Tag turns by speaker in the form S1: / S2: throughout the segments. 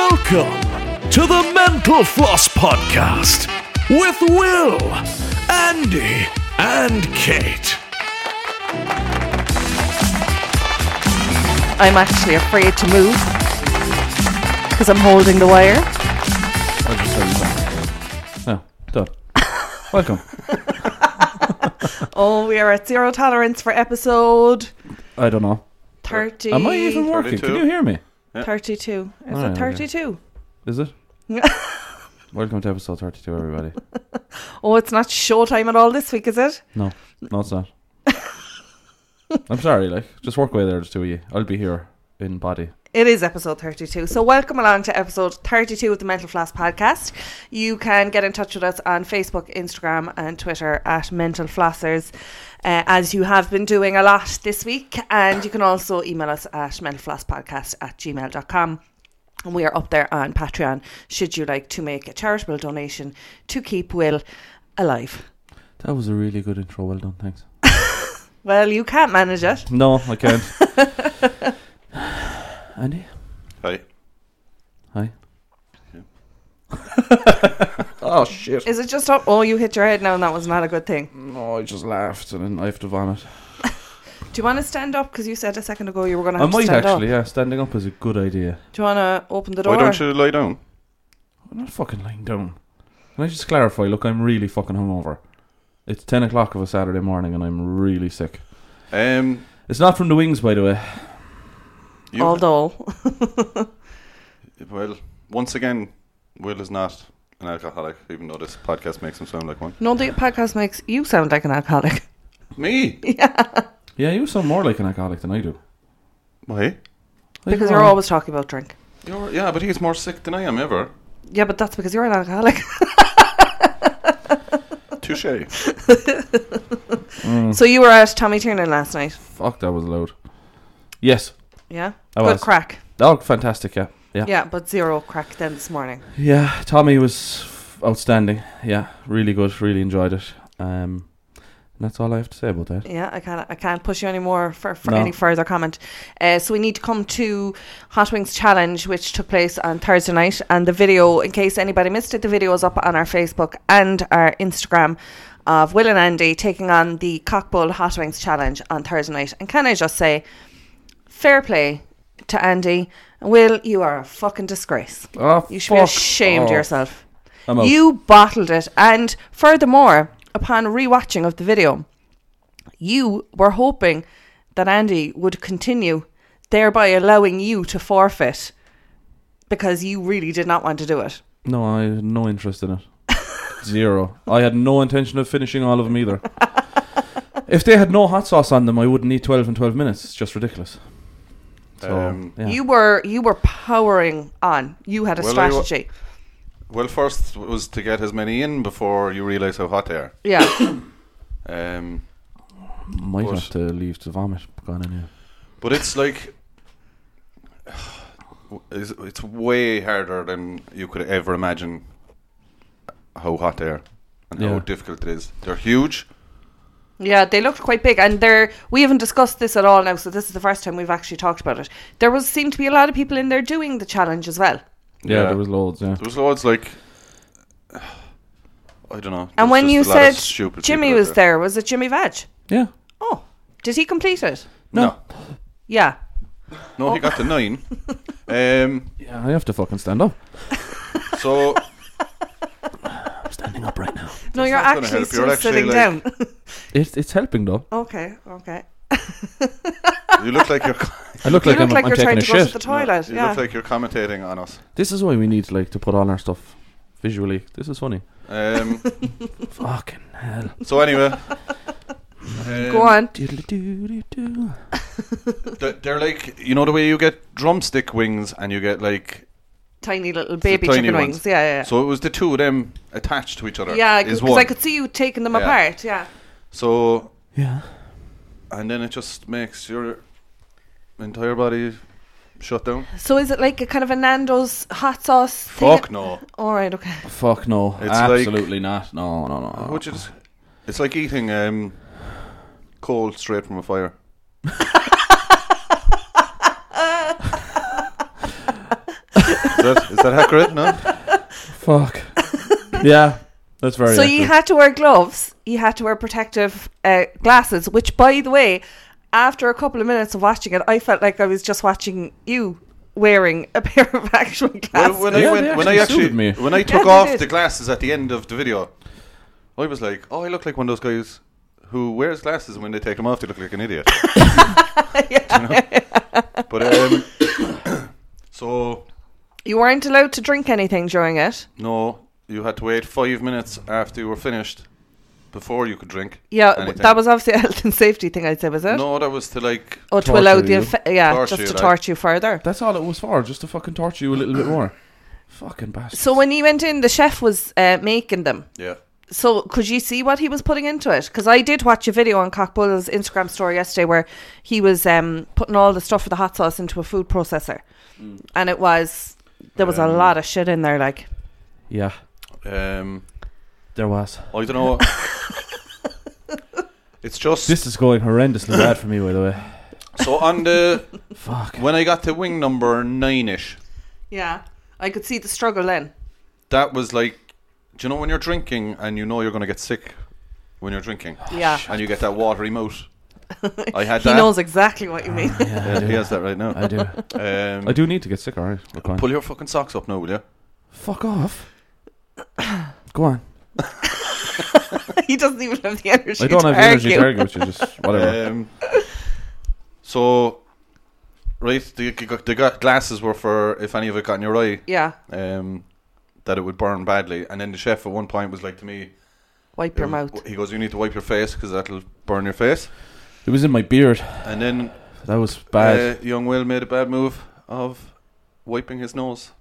S1: Welcome to the Mental Floss Podcast with Will, Andy, and Kate.
S2: I'm actually afraid to move because I'm holding the wire.
S3: I'll just tell you that. No, done. Welcome.
S2: Oh, we are at zero tolerance for episode
S3: I don't know.
S2: 30.
S3: Am I even working? Can
S4: 32.
S3: you hear me?
S2: 32. Is
S3: Alright,
S2: it
S3: okay.
S2: 32?
S3: Is it? Welcome to episode 32, everybody.
S2: Oh, it's not showtime at all this week, is it?
S3: No, no, it's not. I'm sorry, like, just work away there, just two of you. I'll be here in body.
S2: It is episode 32. So, welcome along to episode 32 of the Mental Floss podcast. You can get in touch with us on Facebook, Instagram, and Twitter at Mental Flossers, uh, as you have been doing a lot this week. And you can also email us at mentalflosspodcast at gmail.com. And we are up there on Patreon should you like to make a charitable donation to keep Will alive.
S3: That was a really good intro. Well done, thanks.
S2: Well, you can't manage it.
S3: No, I can't. Andy?
S4: Hi.
S3: Hi. oh, shit.
S2: Is it just, up- oh, you hit your head now, and that was not a good thing.
S3: No, I just laughed and then I have to vomit.
S2: Do you want to stand up? Because you said a second ago you were going to
S3: I
S2: have to
S3: might
S2: stand
S3: actually,
S2: up.
S3: yeah. Standing up is a good idea.
S2: Do you want to open the door?
S4: Why don't you lie down?
S3: I'm not fucking lying down. Can I just clarify? Look, I'm really fucking hungover. It's 10 o'clock of a Saturday morning and I'm really sick.
S4: Um,
S3: It's not from the wings, by the way.
S4: you,
S2: Although,
S4: well, once again, Will is not an alcoholic, even though this podcast makes him sound like one.
S2: no, the podcast makes you sound like an alcoholic.
S4: Me?
S3: Yeah, you sound more like an alcoholic than I do.
S4: Why?
S3: Like,
S2: Because you're
S3: um,
S2: always talking about drink.
S4: You're, yeah, but he's more sick than I am ever.
S2: Yeah, but that's because you're an alcoholic.
S4: Touche. Mm.
S2: so you were at Tommy Tiernan last night.
S3: Fuck, that was loud. Yes.
S2: Yeah?
S3: I
S2: Good
S3: was.
S2: crack.
S3: Oh, fantastic, yeah. Yeah.
S2: Yeah, but zero crack then this morning.
S3: Yeah, Tommy was f- outstanding. Yeah, really good. Really enjoyed it. Um, and that's all I have to say about that.
S2: Yeah, I can't I can't push you anymore for, for
S3: No.
S2: any further comment. Uh, so we need to come to Hot Wings Challenge, which took place on Thursday night, and the video, in case anybody missed it, the video is up on our Facebook and our Instagram of Will and Andy taking on the Cockbull Hot Wings Challenge on Thursday night. And can I just say, fair play to Andy. Will, you are a fucking disgrace.
S3: Oh,
S2: You should be
S3: fuck
S2: ashamed of
S3: off.
S2: yourself.
S3: I'm out.
S2: You bottled it. And furthermore, upon rewatching of the video, you were hoping that Andy would continue, thereby allowing you to forfeit because you really did not want to do it.
S3: No, I had no interest in it. Zero. I had no intention of finishing all of them either. if they had no hot sauce on them, I wouldn't need 12 in 12 minutes. It's just ridiculous. So,
S4: Um,
S3: yeah.
S2: You were you were powering on. You had a
S4: Well, I wa-
S2: strategy.
S4: Well, first was to get as many in before you realise how hot they are.
S2: yeah.
S4: Um,
S3: Might
S4: But-
S3: have to leave to vomit. Gone anyway.
S4: but it's like. It's, it's way harder than you could ever imagine how hot they are and how
S3: Yeah.
S4: difficult it is. They're huge.
S2: Yeah, they looked quite big, and there we haven't discussed this at all now. So this is the first time we've actually talked about it. There was seemed to be a lot of people in there doing the challenge as well.
S3: Yeah,
S4: Yeah.
S3: there was loads. Yeah.
S4: There was loads like I don't know.
S2: And
S4: there's
S2: when
S4: just
S2: you
S4: a lot
S2: said
S4: of stupid
S2: Jimmy
S4: people out
S2: was there, was it Jimmy Veg?
S3: Yeah.
S2: Oh, did he complete it?
S4: no,
S2: Yeah.
S4: no, he got the nine. Um,
S3: Yeah, I have to fucking stand up.
S4: so
S3: I'm standing up right now.
S2: No, you're
S4: not gonna
S2: actually
S4: help.
S2: still
S4: You're actually,
S2: sitting
S4: like-
S2: down.
S3: It's, it's helping though.
S2: okay, okay.
S4: you look like you're
S3: I look
S2: You look
S3: like I'm,
S2: like
S3: I'm
S2: you're
S3: taking
S2: trying
S3: a
S2: to go to
S3: shit.
S2: the toilet.
S4: you
S2: yeah.
S4: look like you're commentating on us.
S3: This is why we need like to put all our stuff visually. This is funny.
S4: Um,
S3: fucking hell.
S4: so anyway, um,
S2: go on.
S3: Diddly-doo-doo-doo.
S4: th- They're like you know the way you get drumstick wings and you get like
S2: Tiny little baby
S4: tiny
S2: chicken
S4: ones.
S2: wings. Yeah, yeah. yeah.
S4: so it was the two of them attached to each other.
S2: yeah,
S4: is
S2: because
S4: one.
S2: I could see you taking them
S4: Yeah.
S2: apart. Yeah.
S4: so
S3: Yeah.
S4: and then it just makes your entire body shut down.
S2: So is it like a kind of a Nando's hot sauce? thing?
S4: Fuck no.
S2: All right. Okay.
S3: Fuck no.
S4: It's like-
S3: Absolutely not. No, no, no.
S4: How
S3: no.
S4: would you just- It's like eating um, coal straight from a fire. is, that, is that accurate? No.
S3: Fuck. yeah, that's very.
S2: So you
S3: accurate.
S2: had to wear gloves. You had to wear protective uh, glasses, which, by the way, after a couple of minutes of watching it, I felt like I was just watching you wearing a pair of actual
S4: Well,
S2: glasses.
S4: when
S3: Yeah,
S4: I went,
S3: they
S4: when I
S3: actually
S4: actually,
S3: suited me.
S4: when I took
S2: they
S4: off
S2: did.
S4: the glasses at the end of the video, I was like, "Oh, I look like one of those guys who wears glasses and when they take them off, they look like an idiot." You know? But um, so
S2: you weren't allowed to drink anything during it.
S4: no, you had to wait five minutes after you were finished before you could drink.
S2: Yeah, w-
S4: anything.
S2: that was obviously a health and safety thing, I'd say, was it?
S4: no, that was to like
S2: Or to
S3: Torture
S2: allow the
S3: you.
S2: affa- yeah,
S4: Torture
S2: just
S4: you,
S2: to
S4: like.
S2: torture you further.
S3: That's all it was for, just to fucking torture you a little bit more. Fucking bastard.
S2: So when you went in, the chef was uh, making them.
S4: yeah.
S2: So could you see what he was putting into it? Because I did watch a video on Cockbull's Instagram story yesterday where he was um, putting all the stuff for the hot sauce into a food processor, and it was there was a
S4: Um,
S2: lot of shit in there. Like
S3: yeah,
S4: Um,
S3: there was.
S4: I don't know. it's just
S3: This is going horrendously bad for me, by the way.
S4: so on the
S3: Fuck.
S4: when I got to wing number nine ish.
S2: yeah, I could see the struggle then.
S4: that was like, do you know when you're drinking and you know you're going to get sick when you're drinking
S3: Oh,
S2: Yeah,
S4: and you get that watery mouth? I had
S2: Oh, he
S4: that.
S2: knows exactly what you mean.
S3: Ah, Yeah, I
S4: Yeah, he
S3: do.
S4: has that right now.
S3: I do.
S4: Um,
S3: I do need to get sick, alright? Look, go on.
S4: Pull your fucking socks up now, will you?
S3: Fuck off. Go on.
S2: he doesn't even have the energy.
S3: I don't
S2: to
S3: have the energy to
S2: argue.
S3: argue with you, just whatever.
S4: Um, so, right, the, the gla- glasses were for if any of it got in your eye,
S2: Yeah,
S4: um, that it would burn badly. And then the chef at one point was like to me,
S2: wipe your mouth.
S4: he goes, "You need to wipe your face because that'll burn your face."
S3: it was in my beard.
S4: And then
S3: That was bad.
S4: Uh, young Will made a bad move of wiping his nose.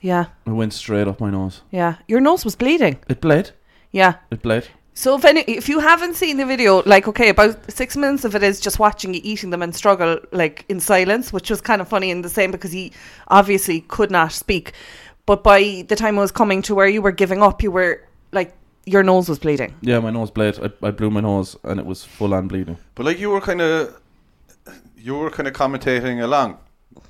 S2: Yeah,
S3: it went straight up my nose.
S2: yeah. Your nose was bleeding.
S3: It bled.
S2: Yeah.
S3: It bled.
S2: So if any, if you haven't seen the video, like okay, about six minutes of it is just watching you eating them and struggle like in silence, which was kind of funny in the same because he obviously could not speak. But by the time I was coming to where you were giving up, you were like your nose was bleeding.
S3: Yeah, my nose bled. I, I blew my nose and it was full on bleeding.
S4: But like you were kind of, you were kind of commentating along.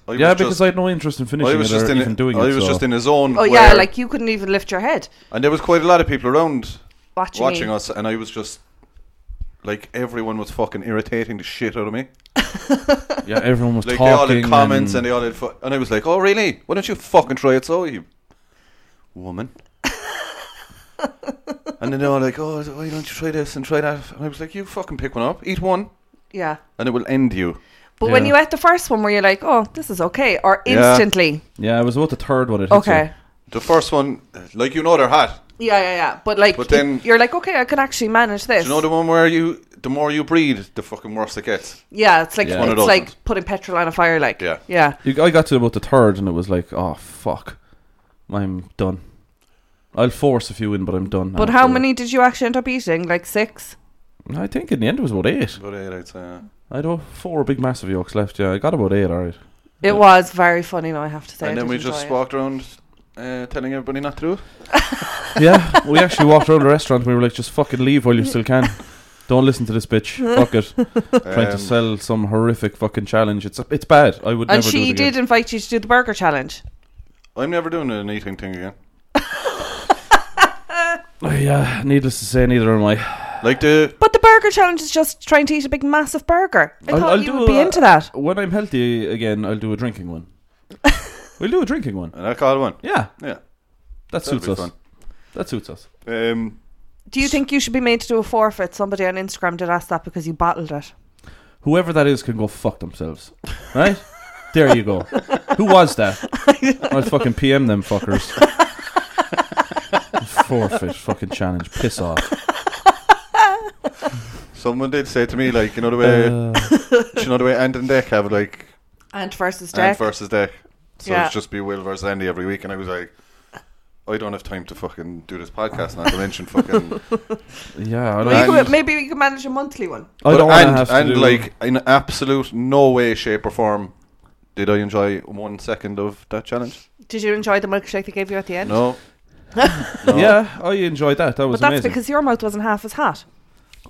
S4: I
S3: yeah,
S4: was
S3: because
S4: just-
S3: I had no interest in finishing
S4: I was
S3: it
S4: just
S3: or
S4: in
S3: even
S4: a,
S3: doing
S4: I
S3: it.
S4: was
S3: so-
S4: just in a zone.
S2: Oh yeah,
S4: where-
S2: like you couldn't even lift your head
S4: and there was quite a lot of people around
S2: watching.
S4: watching
S2: you.
S4: us, and I was just like everyone was fucking irritating the shit out of me.
S3: yeah, everyone was
S4: Like they all
S3: talking.
S4: had comments and, they all had, fu- and I was like, oh really? Why don't you fucking try it, so you woman? and then they're all like, oh, why don't you try this and try that? And I was like, you fucking pick one up, eat one,
S2: Yeah,
S4: and it will end you.
S2: but when
S3: Yeah.
S2: you ate the first one, were you like, oh, this is okay, or
S4: Yeah.
S2: instantly
S3: yeah, it was about the third one. It hit
S2: okay?
S3: you.
S4: The first one, like you know, they're hot.
S2: Yeah, yeah, yeah. But like,
S4: But
S2: it-
S4: then-
S2: you're like, okay, I can actually manage
S4: Do
S2: this.
S4: you know the one where you, the more you breathe, the fucking worse it gets.
S2: yeah, it's like
S3: Yeah.
S4: One of
S2: it's
S4: those ones.
S2: like putting petrol on a fire. Like,
S4: Yeah.
S2: yeah.
S3: You- I got to about the third and it was like, oh fuck, I'm done. I'll force a few in, but I'm done.
S2: But how
S3: after-
S2: many did you actually end up eating? Like six?
S3: I think in the end it was about eight.
S4: But uh, it's, uh,
S3: I had about four big massive yolks left. Yeah, I got about eight. All right.
S2: It was very funny, now I have to say. I
S4: and then
S2: did
S4: we just
S2: enjoy it.
S4: walked around uh, telling everybody not to do it.
S3: Yeah, we actually walked around the restaurant. and We were like, just fucking leave while you still can. Don't listen to this bitch. Fuck it. Trying to
S4: Um,
S3: sell some horrific fucking challenge. It's it's bad. I would
S2: And
S3: never do
S2: she
S3: it again.
S2: did invite you to do the burger challenge.
S4: I'm never doing an eating thing again.
S3: Oh, yeah, needless to say, neither am I.
S4: Like the
S2: But the burger challenge is just trying to eat a big, massive burger. I
S3: I'll-
S2: thought
S3: I'll
S2: you
S3: do
S2: would be
S3: a-
S2: into that.
S3: When I'm healthy again, I'll do a drinking one. we'll do a drinking one.
S4: an alcohol one.
S3: Yeah,
S4: Yeah,
S3: that
S4: that'll
S3: suits
S4: be
S3: us.
S4: fun.
S3: That suits us.
S4: Um,
S2: Do you think you should be made to do a forfeit? Somebody on Instagram did ask that because you bottled it.
S3: Whoever that is can go fuck themselves. Right? there you go. Who was that? I'll fucking PM them fuckers. Forfeit fucking challenge. Piss off.
S4: someone did say to me, like, you know the way,
S3: Uh,
S4: do you know the way, Ant and Deck have like
S2: Ant versus
S4: Ant
S2: Deck.
S4: versus Deck. So
S2: Yeah.
S4: it's just be Will versus Andy every week, and I was like, I don't have time to fucking do this podcast. Not to mention fucking.
S3: yeah, I
S2: Well,
S3: don't,
S2: you
S4: And-
S2: could- maybe we could manage a monthly one.
S3: I don't want to
S4: and
S3: have to
S4: and
S3: do,
S4: like in absolute no way, shape or form. Did I enjoy one second of that challenge?
S2: Did you enjoy the milkshake they gave you at the end?
S4: No.
S3: Yeah, I enjoyed that. That was
S2: But that's
S3: amazing.
S2: because your mouth wasn't half as hot.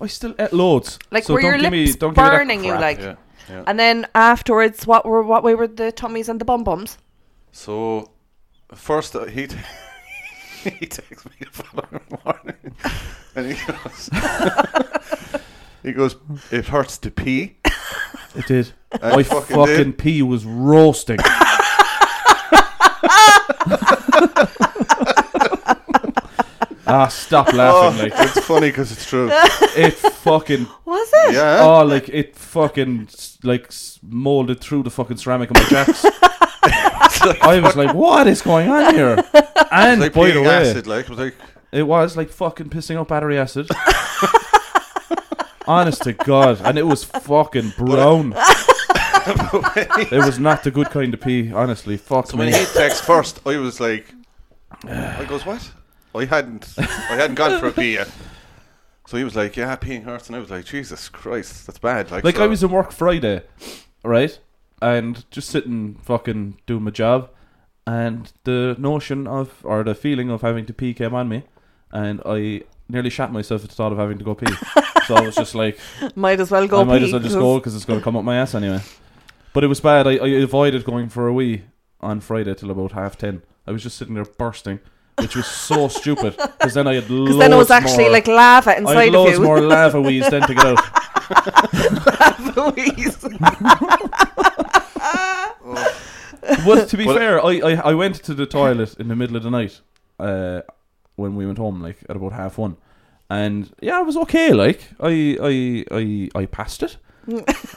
S3: I still ate loads.
S2: Like,
S3: so
S2: were
S3: don't
S2: your
S3: give
S2: lips
S3: me, don't
S2: burning
S3: give
S2: you,
S3: me that crap.
S2: like-
S4: Yeah. yeah.
S2: And then afterwards, what were what way were the tummies and the bum bums?
S4: So first uh, he t- he texts me the following morning, and he goes, he goes, it hurts to pee.
S3: It did.
S4: I
S3: My
S4: fucking
S3: fucking,
S4: did.
S3: pee was roasting. ah, stop
S4: Oh,
S3: laughing! Like
S4: it's funny because it's true.
S3: it fucking
S2: Was it?
S4: Yeah,
S3: oh, like it fucking s- like s- molded through the fucking ceramic on my jacks. I was like, what is going on here? And
S4: It's like
S3: by the
S4: peeing
S3: way,
S4: acid. Like it was like
S3: it was like fucking pissing up battery acid. Honest to God, and it was fucking brown. it was not the good kind of pee, honestly. Fuck
S4: So when
S3: me.
S4: he texts first, I was like, I goes what? I hadn't, I hadn't gone for a pee yet. So he was like, yeah, peeing hurts, and I was like, Jesus Christ, that's bad. Like,
S3: Like
S4: so-
S3: I was in work Friday, right, and just sitting fucking doing my job, and the notion of or the feeling of having to pee came on me, and I nearly shat myself at the thought of having to go pee. so I was just like,
S2: Might as well go.
S3: I might
S2: pee,
S3: as well just
S2: 'cause-
S3: go because it's going to come up my ass anyway. But it was bad. I, I avoided going for a wee on Friday till about half ten. I was just sitting there bursting, which was so stupid because then I had loads
S2: Because then it was actually
S3: more,
S2: like lava
S3: I had
S2: inside of
S3: loads
S2: you.
S3: more lava wees then to get out.
S2: Louise.
S3: Well, to be
S4: Well,
S3: fair, I, I I went to the toilet in the middle of the night, uh, when we went home, like at about half one, and yeah, it was okay. Like I I I I passed it.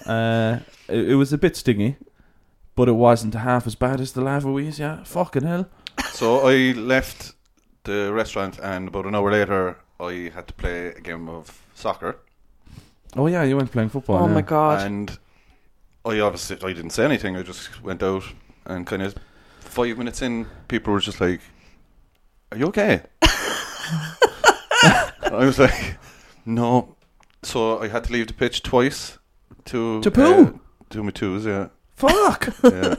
S3: uh, it, it was a bit stingy, but it wasn't half as bad as the lava wheeze. Yeah, fucking hell.
S4: So I left the restaurant, and about an hour later, I had to play a game of soccer,
S3: Oh yeah, you went playing football.
S2: Oh
S3: yeah.
S2: my god.
S4: and I obviously I didn't say anything. I just went out, and kind of five minutes in, people were just like, "Are you okay?" I was like, "No." So I had to leave the pitch twice to uh,
S3: To poo?
S4: to my twos, yeah,
S3: Fuck!
S4: yeah.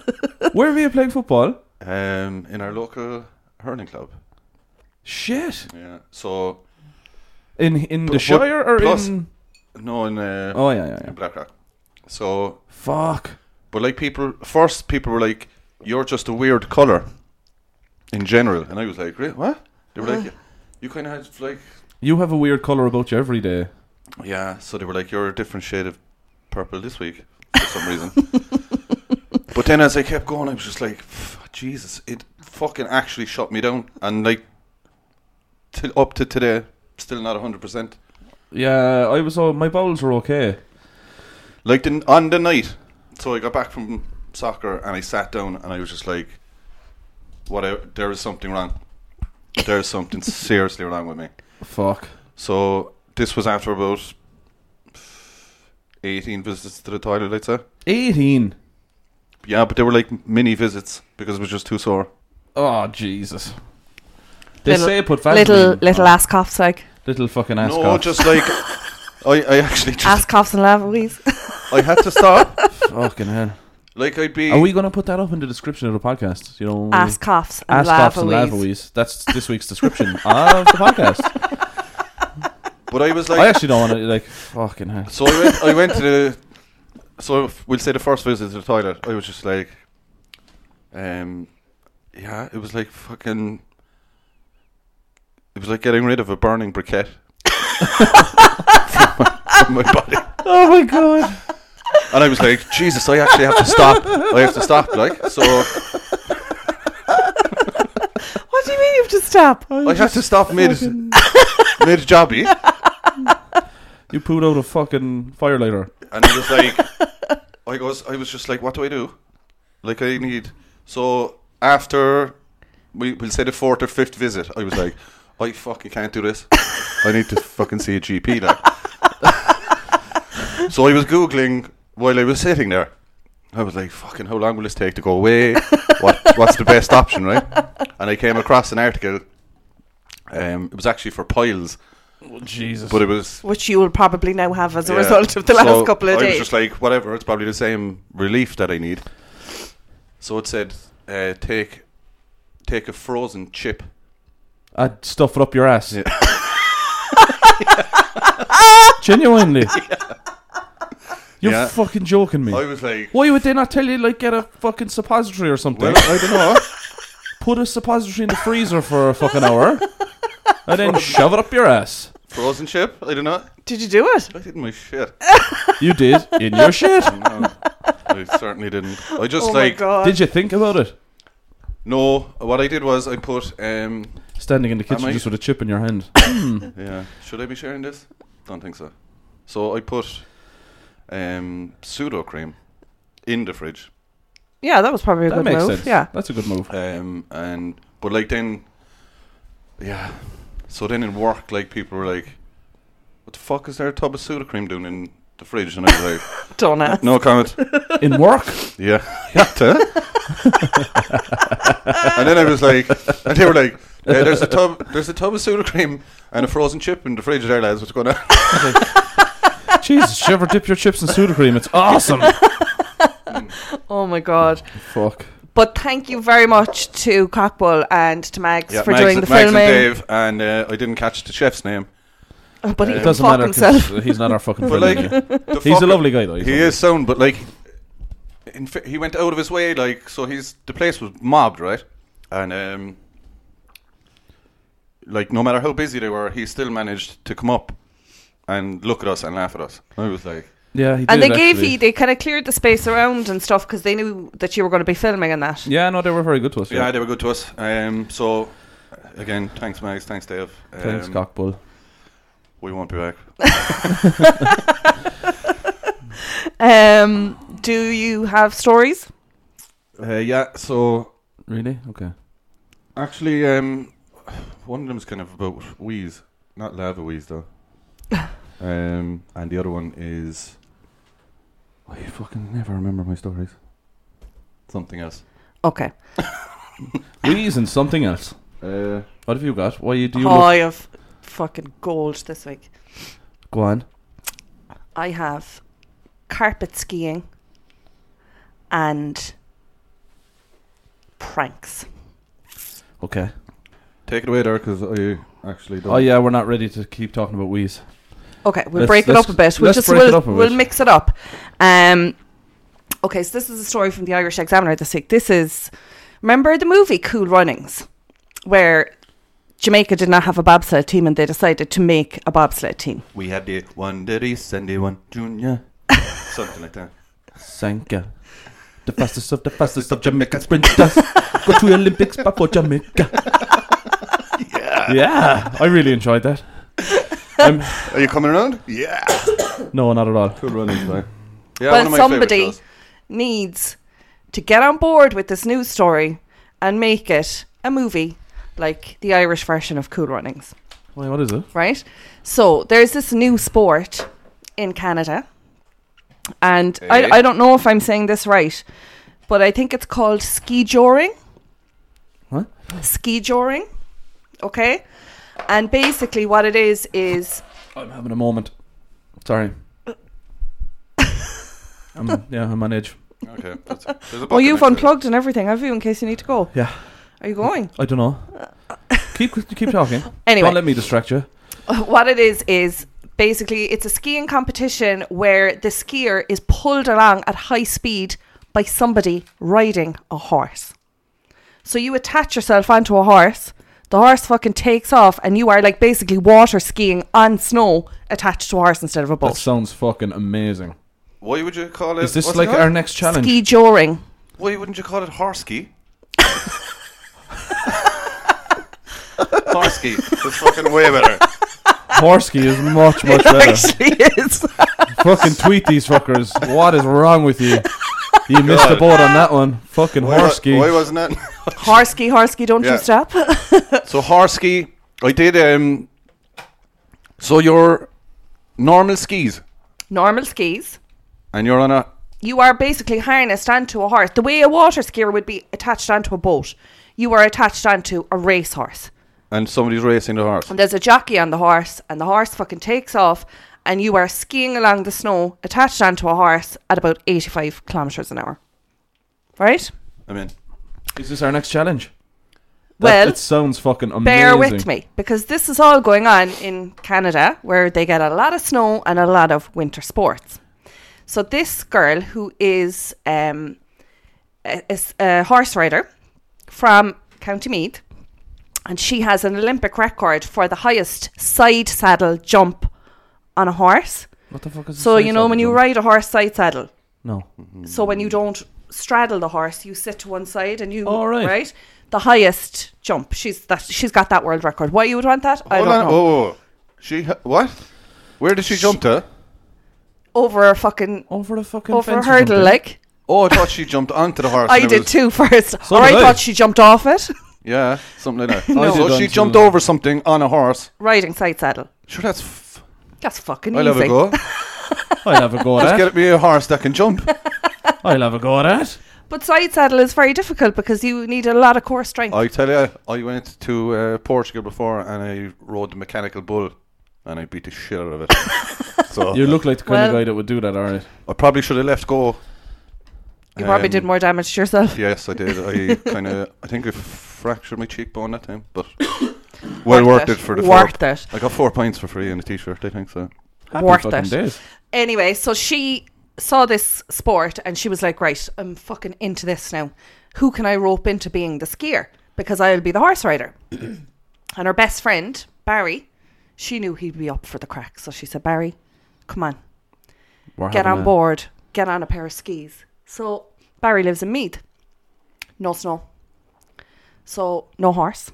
S3: Where were you playing football?
S4: um, in our local hurling club,
S3: Shit!
S4: yeah. So
S3: In in
S4: But
S3: the
S4: what-
S3: Shire or
S4: plus-
S3: in?
S4: no, in uh,
S3: Oh yeah, yeah, yeah.
S4: in Blackrock. So,
S3: Fuck!
S4: but like people, first people were like, "You're just a weird color," in general, and I was like, "Really? What?" They were like, "You kind of had like,
S3: You have a weird color about you every day.
S4: yeah." So they were like, "You're a different shade of purple this week for some reason." but then as I kept going, I was just like, "F- "Jesus!" It fucking actually shut me down, and like, till up to today, still not hundred percent.
S3: Yeah, I was. all my bowels were okay.
S4: Like the, on the night, so I got back from soccer and I sat down and I was just like, "What? I- There is something wrong. There is something seriously wrong with me."
S3: Fuck.
S4: So this was after about eighteen visits to the toilet, I'd say.
S3: 18.
S4: Yeah, but they were like mini visits because it was just too sore.
S3: Oh, Jesus. They
S2: Little-
S3: say put Vaseline.
S2: Little little ass coughs like
S3: Little fucking ass
S4: no,
S3: cough.
S4: just like I, I actually
S2: ass
S4: just
S2: coughs and lava Louise.
S3: Mm.
S4: I had to stop.
S3: fucking hell.
S4: Like I'd be.
S3: Are we going to put that up in the description of the podcast? You know, when we-
S2: ass coughs and
S3: ass
S2: lava
S3: coughs and lava
S2: Louise.
S3: wheeze. That's this week's description of the podcast.
S4: but I was like,
S3: I actually don't want to, like, fucking hell.
S4: So I went, I went to the. So if we'll say the first visit to the toilet. I was just like, um, yeah, it was like fucking. It was like getting rid of a burning briquette from, my, from my body,
S3: Oh my god.
S4: and I was like, Jesus, I actually have to stop. I have to stop. Like, so
S2: What do you mean you have to stop?
S4: I had to stop mid mid jobby,
S3: You pulled out a fucking fire lighter.
S4: and I was like, I goes, I was just like, what do I do? Like, I need. So after we, we'll say the fourth or fifth visit, I was like, I fucking can't do this. I need to fucking see a GP. Like, so I was googling while I was sitting there. I was like, fucking, how long will this take to go away? What what's the best option, right? And I came across an article. Um, it was actually for piles,
S3: Jesus.
S4: but it was
S2: Which you will probably now have as a
S4: yeah.
S2: result of the
S4: So
S2: last couple of
S4: I was
S2: days.
S4: just like, whatever, it's probably the same relief that I need. So it said, uh, take take a frozen chip.
S3: I'd stuff it up your ass.
S4: Yeah.
S3: Genuinely. You're
S4: Yeah.
S3: fucking joking me.
S4: I was like,
S3: Why would they not tell you, like, get a fucking suppository or something?
S4: well, I don't know.
S3: put a suppository in the freezer for a fucking hour, and then shove it up your ass.
S4: Frozen chip? I don't know.
S2: Did you do it?
S4: I did my shit.
S3: You did in your shit.
S4: No, I certainly didn't. I just
S2: oh my
S4: like
S2: god.
S3: Did you think about it?
S4: no. What I did was I put um
S3: Standing in the kitchen
S4: I-
S3: just with a chip in your hand.
S4: yeah. Should I be sharing this? Don't think so. So I put um pseudo cream in the fridge.
S2: Yeah, that was probably a
S3: that
S2: good
S3: makes
S2: move.
S3: sense.
S2: Yeah.
S3: that's a good move.
S4: Um, and but like then, yeah. So then in work, like people were like, "What the fuck is there a tub of soda cream doing in the fridge?" And I was like,
S2: Don't ask.
S4: "No comment."
S3: In work,
S4: yeah, yeah. duh. and then I was like, and they were like, "Yeah, "There's a tub, there's a tub of soda cream and a frozen chip in the fridge there, lads. What's going on?"
S3: Jesus, you ever dip your chips in soda cream? It's awesome.
S2: Oh my god.
S3: Fuck.
S2: But thank you very much to Cockbull and to Mags for doing the
S4: Mags
S2: filming.
S4: and Dave, and uh, I didn't catch the chef's name.
S2: Oh, but he
S4: It
S2: can
S3: It doesn't
S2: fuck
S3: matter
S2: himself.
S3: 'cause he's not our fucking
S4: But
S3: friend.
S4: like,
S3: anyway.
S4: the
S3: he's a
S4: fucker-
S3: lovely guy though. he's
S4: He
S3: lovely.
S4: is sound, but like, in fa- he went out of his way, like, so he's the place was mobbed, right? And um, like, no matter how busy they were, he still managed to come up and look at us and laugh at us. I was like,
S3: Yeah, he
S2: And they
S3: did,
S2: gave
S3: actually.
S2: you, they kind of cleared the space around and stuff because they knew that you were going to be filming and that.
S3: Yeah, no, they were very good to us.
S4: yeah, they were good to us. Um, so again, thanks, Mags, thanks, Dave. Um,
S3: Thanks, cockbull.
S4: We won't be back.
S2: Um, do you have stories?
S4: Uh, yeah, so
S3: Really? Okay.
S4: Actually, um, one of them's kind of about wheeze, not lava wheeze though. um, and the other one is I fucking never remember my stories. Something else.
S2: Okay.
S3: Wheeze and something else.
S4: Uh,
S3: What have you got? Why you do you
S2: oh,
S3: look?
S2: I have fucking gold this week.
S3: Go on.
S2: I have carpet skiing and pranks.
S3: Okay.
S4: take it away there, because I actually don't.
S3: Oh yeah, we're not ready to keep talking about wheeze.
S2: Okay, we'll
S3: Let's-
S2: break it
S3: let's-
S2: up a bit. We'll
S3: let's
S2: just
S3: break it
S2: we'll,
S3: up a bit.
S2: we'll mix it up. Um, okay, so this is a story from the Irish Examiner this week. This is remember the movie Cool Runnings, where Jamaica did not have a bobsled team and they decided to make a bobsled team.
S4: We had the one dirty Sunday one junior, something like that.
S3: Sanka. The fastest of the fastest of Jamaica sprinters. Go to Olympics but for Jamaica. Yeah. Yeah. I really enjoyed that. Um,
S4: Are you coming around? Yeah.
S3: no, not at all.
S4: Good running, guy. Yeah,
S2: Well,
S4: one of my favourite
S2: somebody-
S4: shows.
S2: Needs to get on board with this news story and make it a movie like the Irish version of Cool Runnings.
S3: Why, what is it?
S2: right? So there's this new sport in Canada, and
S4: Eh?
S2: I, I don't know if I'm saying this right, but I think it's called ski joring.
S3: What?
S2: Ski joring, okay? And basically, what it is is
S3: I'm having a moment. Sorry. I'm, yeah, I'm on edge.
S4: Okay. That's, there's a
S2: oh,
S4: bucket
S2: you've
S4: next to it.
S2: unplugged and everything, have you? In case you need to go.
S3: Yeah.
S2: Are you going?
S3: I don't know. Keep keep talking.
S2: Anyway,
S3: Don't let me distract you.
S2: what it is is basically it's a skiing competition where the skier is pulled along at high speed by somebody riding a horse. So you attach yourself onto a horse, the horse fucking takes off, and you are like basically water skiing on snow attached to a horse instead of a
S3: That
S2: boat.
S3: sounds fucking amazing.
S4: Why would you call it?
S3: Is this
S4: what's it
S3: like
S4: called?
S3: our next challenge?
S2: Ski joring.
S4: Why wouldn't you call it Horsky? Horsky. That's fucking way better.
S3: Horsky is much much better.
S2: Actually is.
S3: fucking tweet these fuckers. What is wrong with you? You missed the
S4: God.
S3: boat on that one. Fucking
S4: Why, wa- why
S3: Horsky.
S4: wasn't it?
S2: Horse ski, horse ski, don't
S4: Yeah.
S2: you stop.
S4: so Horsky, I did. Um. So you're normal skis,
S2: Normal skis.
S4: and you're on a.
S2: you are basically harnessed onto a horse. The way a water skier would be attached onto a boat, you are attached onto a racehorse.
S4: And somebody's racing the horse.
S2: And there's a jockey on the horse, and the horse fucking takes off, and you are skiing along the snow attached onto a horse at about 85 kilometres an hour. Right?
S4: I mean,
S3: Is this our next challenge? That-
S2: Well,
S3: it sounds fucking amazing.
S2: Bear with me, because this is all going on in Canada, where they get a lot of snow and a lot of winter sports. So this girl, who is um, a, a s- a horse rider from County Meath, and she has an Olympic record for the highest side saddle jump on a horse.
S3: What the fuck is a
S2: So
S3: side
S2: you know
S3: saddle
S2: when you
S3: jump?
S2: ride a horse side saddle.
S3: No.
S2: So when you don't straddle the horse, you sit to one side and you
S3: Oh, right.
S2: the highest jump. She's that she's got that world record. Why you would want that? I
S4: Hold
S2: don't
S4: on.
S2: know.
S4: Whoa, whoa, whoa. She ha- what? Where did she, jump to?
S2: Over a fucking
S3: Over the fucking
S2: over a
S3: fence or
S2: hurdle
S3: something.
S2: like
S4: Oh, I thought she jumped onto the horse.
S2: I
S4: and it
S2: did
S4: was-
S2: too first.
S3: So
S2: or I
S3: did I.
S2: thought she jumped off it.
S4: Yeah, something like that.
S3: I did
S4: Oh, so she
S3: onto
S4: jumped
S3: the-
S4: over something on a horse.
S2: Riding side saddle.
S4: Sure, that's. F-
S2: That's fucking
S4: I'll
S2: easy.
S4: have a go.
S3: I'll have a go
S4: Just
S3: at that.
S4: get me a horse that can jump.
S3: I'll have a go at that.
S2: But side saddle is very difficult because you need a lot of core strength.
S4: I tell you, I went to uh, Portugal before and I rode the mechanical bull, and I beat the shit out of it. so
S3: You look like the kind of
S2: Well-
S3: guy that would do that, alright.
S4: I probably should have left go.
S2: you probably
S4: Um,
S2: did more damage to yourself.
S4: Yes, I did. I kind of, I think I fractured my cheekbone that time, but well worth it, for the four.
S2: worth it.
S4: I got four points for free in a t-shirt. I think so.
S3: Happy
S2: Worth
S3: fucking
S2: it.
S3: days.
S2: Anyway, so she saw this sport and she was like, Right, I'm fucking into this now. Who can I rope into being the skier? Because I'll be the horse rider. and her best friend, Barry, she knew he'd be up for the crack. So she said, Barry, come on,
S3: We're
S2: get
S3: having
S2: on
S3: a-
S2: board, get on a pair of skis. So Barry lives in Mead. No snow. So no horse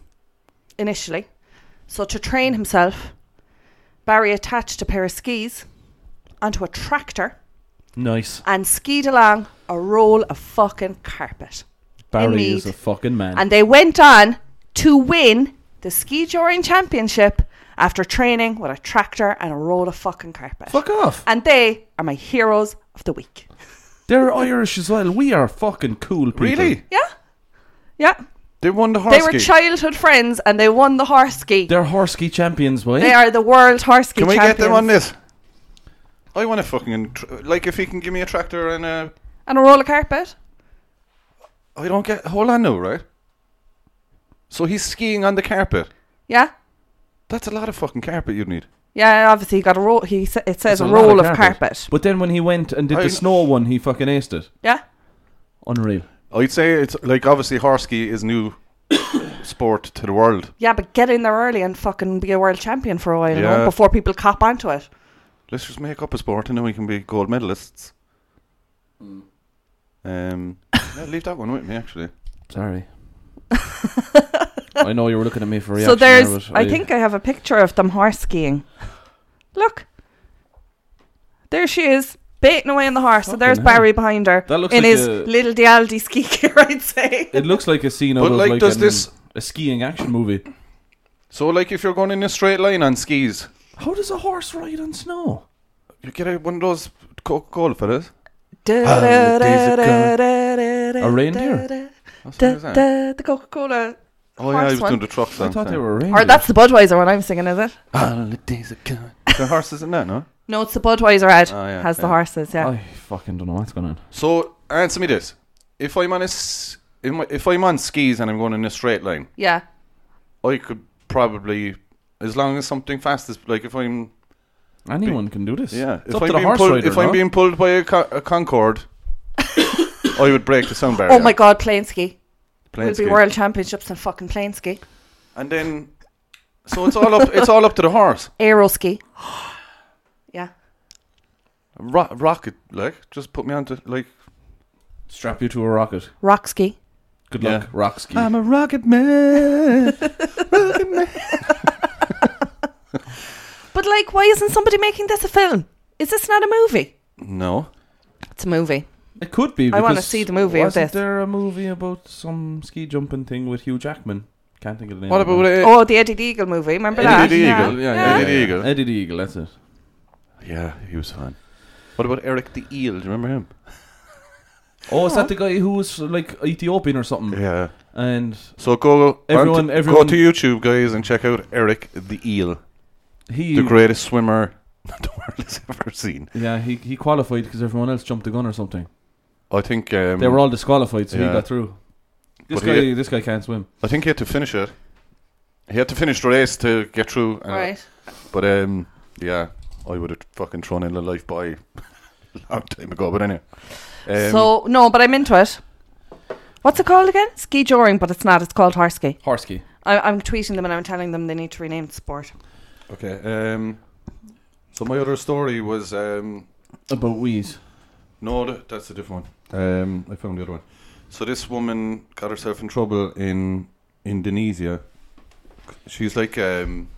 S2: initially. So to train himself, Barry attached a pair of skis onto a tractor
S3: Nice.
S2: and skied along a roll of fucking carpet.
S3: Barry is a
S2: Meath.
S3: fucking man.
S2: And they went on to win the ski touring championship after training with a tractor and a roll of fucking carpet.
S3: Fuck off.
S2: And they are my heroes of the week.
S3: They're Irish as well. We are fucking cool people.
S4: Really?
S2: Yeah. Yeah.
S4: They won the horse.
S2: They were
S4: gate.
S2: childhood friends and they won the horse ski.
S3: They're horse ski champions, boy.
S2: They are the world horse ski
S4: Can we
S2: champions.
S4: get them on this? I want to fucking tr- like if he can give me a tractor and a.
S2: And a roll of carpet?
S4: I don't get. Hold on now, right? So he's skiing on the carpet.
S2: Yeah.
S4: That's a lot of fucking carpet you'd need.
S2: Yeah, obviously he got a roll. He sa- it says
S3: It's
S2: a,
S3: lot
S2: roll of carpet.
S3: But then when he went and did
S4: I-
S3: the snow one, he fucking aced it.
S2: Yeah,
S3: Unreal.
S4: I'd say it's like obviously horse ski is new sport to the world.
S2: yeah, but get in there early and fucking be a world champion for a while you
S4: Yeah.
S2: know, before people cop onto it.
S4: Let's just make up a sport and then we can be gold medalists.
S3: Mm.
S4: Um, yeah, leave that one with me actually.
S3: Sorry. I know you were looking at me for a reaction.
S2: so there's,
S3: there, but
S2: I think I have a picture of them horse skiing. Look, there she is baiting away on the horse. So
S3: Fucking
S2: there's
S3: hell.
S2: Barry behind her
S3: That looks
S2: in
S3: like
S2: his
S3: a-
S2: little Dialdi ski gear. I'd say.
S3: it looks like a scene out
S4: But,
S3: of
S4: like,
S3: like,
S4: does
S3: an-
S4: this-
S3: a skiing action movie.
S4: So like if you're going in a straight line on skis,
S3: How does a horse ride on snow?
S4: you get out one of those Coca-Cola fellas.
S3: A reindeer?
S4: What song
S2: Da,
S4: is that?
S2: da, the Coca Cola.
S4: Oh yeah, I
S2: horse
S4: was
S2: one.
S4: doing the truck song.
S3: I thought they
S4: sorry.
S3: were reindeer.
S2: Or that's the Budweiser one I'm singing,
S4: Oh,
S2: is it?
S4: Holidays are coming. Ah, the horse isn't that no?
S2: No, it's the Budweiser ad.
S4: Oh, yeah,
S2: has the
S4: yeah.
S2: horses, yeah.
S3: I fucking don't know what's going on.
S4: So answer me this: If I'm on a s- in my- if I'm on skis and I'm going in a straight line,
S2: Yeah.
S4: I could probably, as long as something fast is like if I'm
S3: Anyone can do this.
S4: yeah,
S3: It's
S4: if
S3: up to
S4: I'm
S3: the
S4: being
S3: horse
S4: pulled,
S3: rider.
S4: if I'm
S3: no?
S4: being pulled by a, co- a Concorde, I would break the sound barrier.
S2: Oh my god, plane ski.
S4: Plain
S2: we'll
S4: ski.
S2: be world championships in fucking plane ski.
S4: And then, so it's all up. It's all up to the horse.
S2: Aero ski. yeah.
S4: Ro- rocket, like just put me onto like.
S3: strap you to a rocket.
S2: Rock ski.
S3: Good
S4: Yeah.
S3: luck, rock ski.
S2: Um,
S4: a rocket man. rocket man.
S2: But like why isn't somebody making this a film? Is this not a movie?
S4: No.
S2: It's a movie.
S3: It could be.
S2: I wanna
S3: because
S2: see the movie of
S3: wasn't
S2: this.
S3: there a movie about some ski jumping thing with Hugh Jackman? Can't think of the name.
S4: What
S3: of
S4: about
S3: it?
S4: it?
S2: oh, the Eddie the Eagle movie, remember that?
S4: Eh. Eddie the
S2: yeah.
S4: Eagle,
S3: Yeah,
S4: Yeah.
S3: yeah,
S4: Eddie the
S3: yeah.
S4: Eagle.
S3: Eddie the Eagle. That's it.
S4: Yeah, he was fun. What about Eric the Eel? Do you remember him?
S3: Oh, is that the guy who was like Ethiopian or something?
S4: Yeah.
S3: And
S4: So go
S3: Everyone-
S4: everyone,
S3: everyone-
S4: go to YouTube, guys, and check out Eric the Eel,
S3: he,
S4: the greatest swimmer the world has ever seen.
S3: yeah, he he qualified because everyone else jumped the gun or something.
S4: I think um,
S3: They were all disqualified, so
S4: yeah.
S3: he got through. This
S4: But
S3: guy,
S4: he-
S3: this guy can't swim.
S4: I think he had to finish it. He had to finish the race to get through. and-
S2: Right.
S4: But um, yeah, I would have fucking thrown in a life buoy a long time ago. But anyway, um,
S2: so no, but I'm into it. What's it called again? Ski joring, but it's not. It's called horski.
S3: Horsky.
S2: I, I'm tweeting them and I'm telling them they need to rename the sport.
S4: Okay. Um, so my other story was um,
S3: About wheeze.
S4: no, th- that's a different one. Um, I found the other one. So this woman got herself in trouble in Indonesia. She's like, um,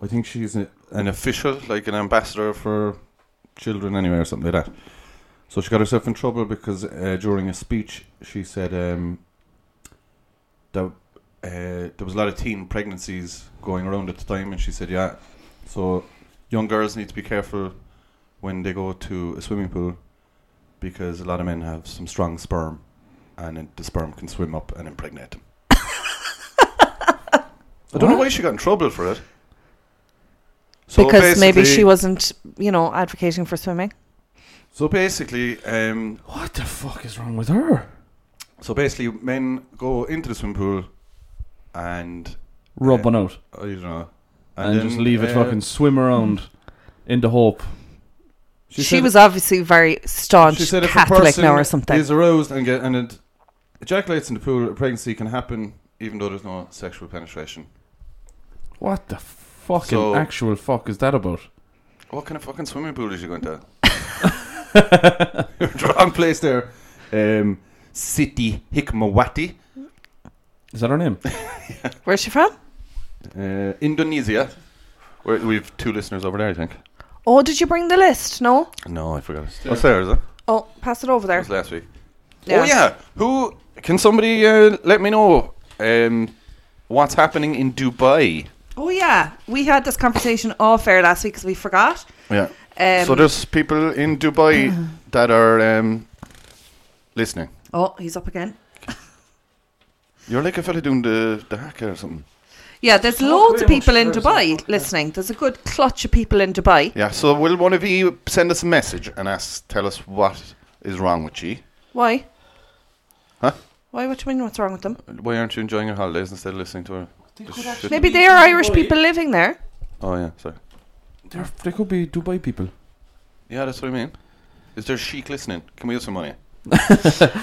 S4: I think she's a, an official, like an ambassador for children anyway, or something like that. So she got herself in trouble because uh, during a speech she said um, that uh, there was a lot of teen pregnancies going around at the time, and she said, "Yeah, so young girls need to be careful when they go to a swimming pool because a lot of men have some strong sperm, and it, the sperm can swim up and impregnate them." I don't know why she got in trouble for it. So
S2: because maybe
S4: basically-
S2: she wasn't, you know, advocating for swimming.
S4: So basically, um,
S3: What the fuck is wrong with her?
S4: So basically, men go into the swimming pool, and
S3: Rub one out
S4: I don't know,
S3: and,
S4: then,
S3: just leave it
S4: uh,
S3: fucking swim around in the hope.
S2: She,
S4: said-
S2: was obviously very staunch
S4: She said if a
S2: Catholic
S4: person
S2: now or something.
S4: is aroused and get and it ejaculates in the pool, a pregnancy can happen even though there's no sexual penetration.
S3: What the fucking
S4: So-
S3: actual fuck is that about?
S4: What kind of fucking swimming pool is you going to? You're in the wrong place there. Um, City Hikmawati,
S3: Is that her name?
S2: Where's she from?
S4: uh, Indonesia. Where we've two listeners over there, I think.
S2: Oh, did you bring the list? No.
S4: No, I forgot. What's there? Is it?
S2: Oh, pass it over
S4: That
S2: there.
S4: was last week.
S2: Yeah.
S4: Oh yeah, who can somebody uh, let me know um, what's happening in Dubai?
S2: Oh yeah, we had this conversation off air last week because we forgot.
S4: Yeah.
S2: Um,
S4: so there's people in Dubai that are um, listening.
S2: Oh, he's up again.
S4: You're like a fella doing the the hacker or something.
S2: Yeah, there's
S4: Oh,
S2: loads of people in Dubai listening. There's a good clutch of people in Dubai.
S4: Yeah. So will one of you send us a message and ask, tell us what is wrong with you?
S2: Why?
S4: Huh?
S2: Why? What do you mean? What's wrong with them?
S4: Why aren't you enjoying your holidays instead of listening to her? the shit?
S2: Maybe they are Irish people living there.
S4: Oh yeah, sorry.
S3: They're, they could be Dubai people.
S4: Yeah, that's what I mean. Is there chic listening? Can we have some money?